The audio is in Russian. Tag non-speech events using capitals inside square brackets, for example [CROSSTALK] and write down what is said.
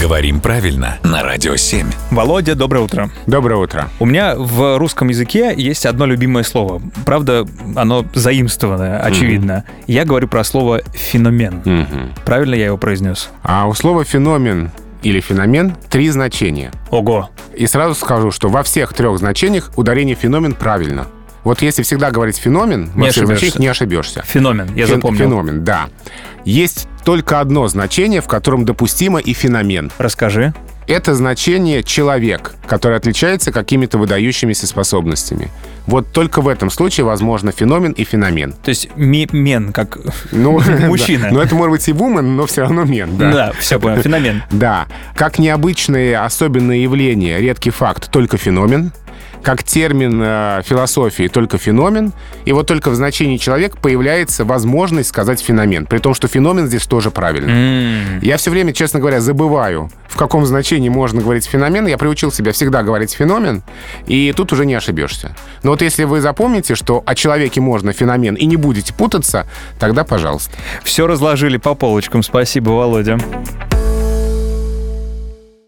Говорим правильно на Радио 7. Володя, доброе утро. Доброе утро. У меня в русском языке есть одно любимое слово. Правда, оно заимствованное, очевидно. Я говорю про слово «феномен». Правильно я его произнес? А у слова «феномен» или «феномен» три значения. Ого. И сразу скажу, что во всех трех значениях ударение «феномен» правильно. Вот если всегда говорить «феномен», во Не всех ошибешься. значениях не ошибешься. Феномен, я Фен- запомнил. Феномен, да. Есть только одно значение, в котором допустимо и феномен. Расскажи. Это значение «человек», который отличается какими-то выдающимися способностями. Вот только в этом случае возможно феномен и феномен. То есть ми- мен, как... [LAUGHS] [LAUGHS] Ну, Мужчина. да. Ну, это может быть и вумен, но все равно мен, да. Да, все понял, феномен. Да. Как необычные особенные явления, редкий факт, только феномен. Как термин э, философии только феномен. И вот только в значении человек появляется возможность сказать феномен. При том, что феномен здесь тоже правильно. М, Я все время, честно говоря, забываю, в каком значении можно говорить феномен. Я приучил себя всегда говорить феномен, и тут уже не ошибешься. Но вот если вы запомните, что о человеке можно феномен и не будете путаться, тогда пожалуйста. Все разложили по полочкам, спасибо, Володя.